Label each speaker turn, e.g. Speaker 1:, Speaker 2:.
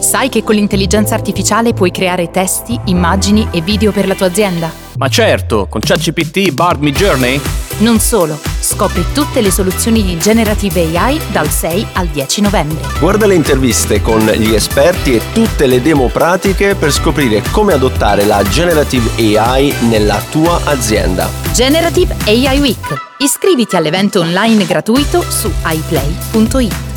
Speaker 1: Sai che con l'intelligenza artificiale puoi creare testi, immagini e video per la tua azienda?
Speaker 2: Ma certo, con ChatGPT Bard Me Journey?
Speaker 1: Non solo, scopri tutte le soluzioni di Generative AI dal 6 al 10 novembre.
Speaker 3: Guarda le interviste con gli esperti e tutte le demo pratiche per scoprire come adottare la Generative AI nella tua azienda.
Speaker 1: Generative AI Week. Iscriviti all'evento online gratuito su iplay.it.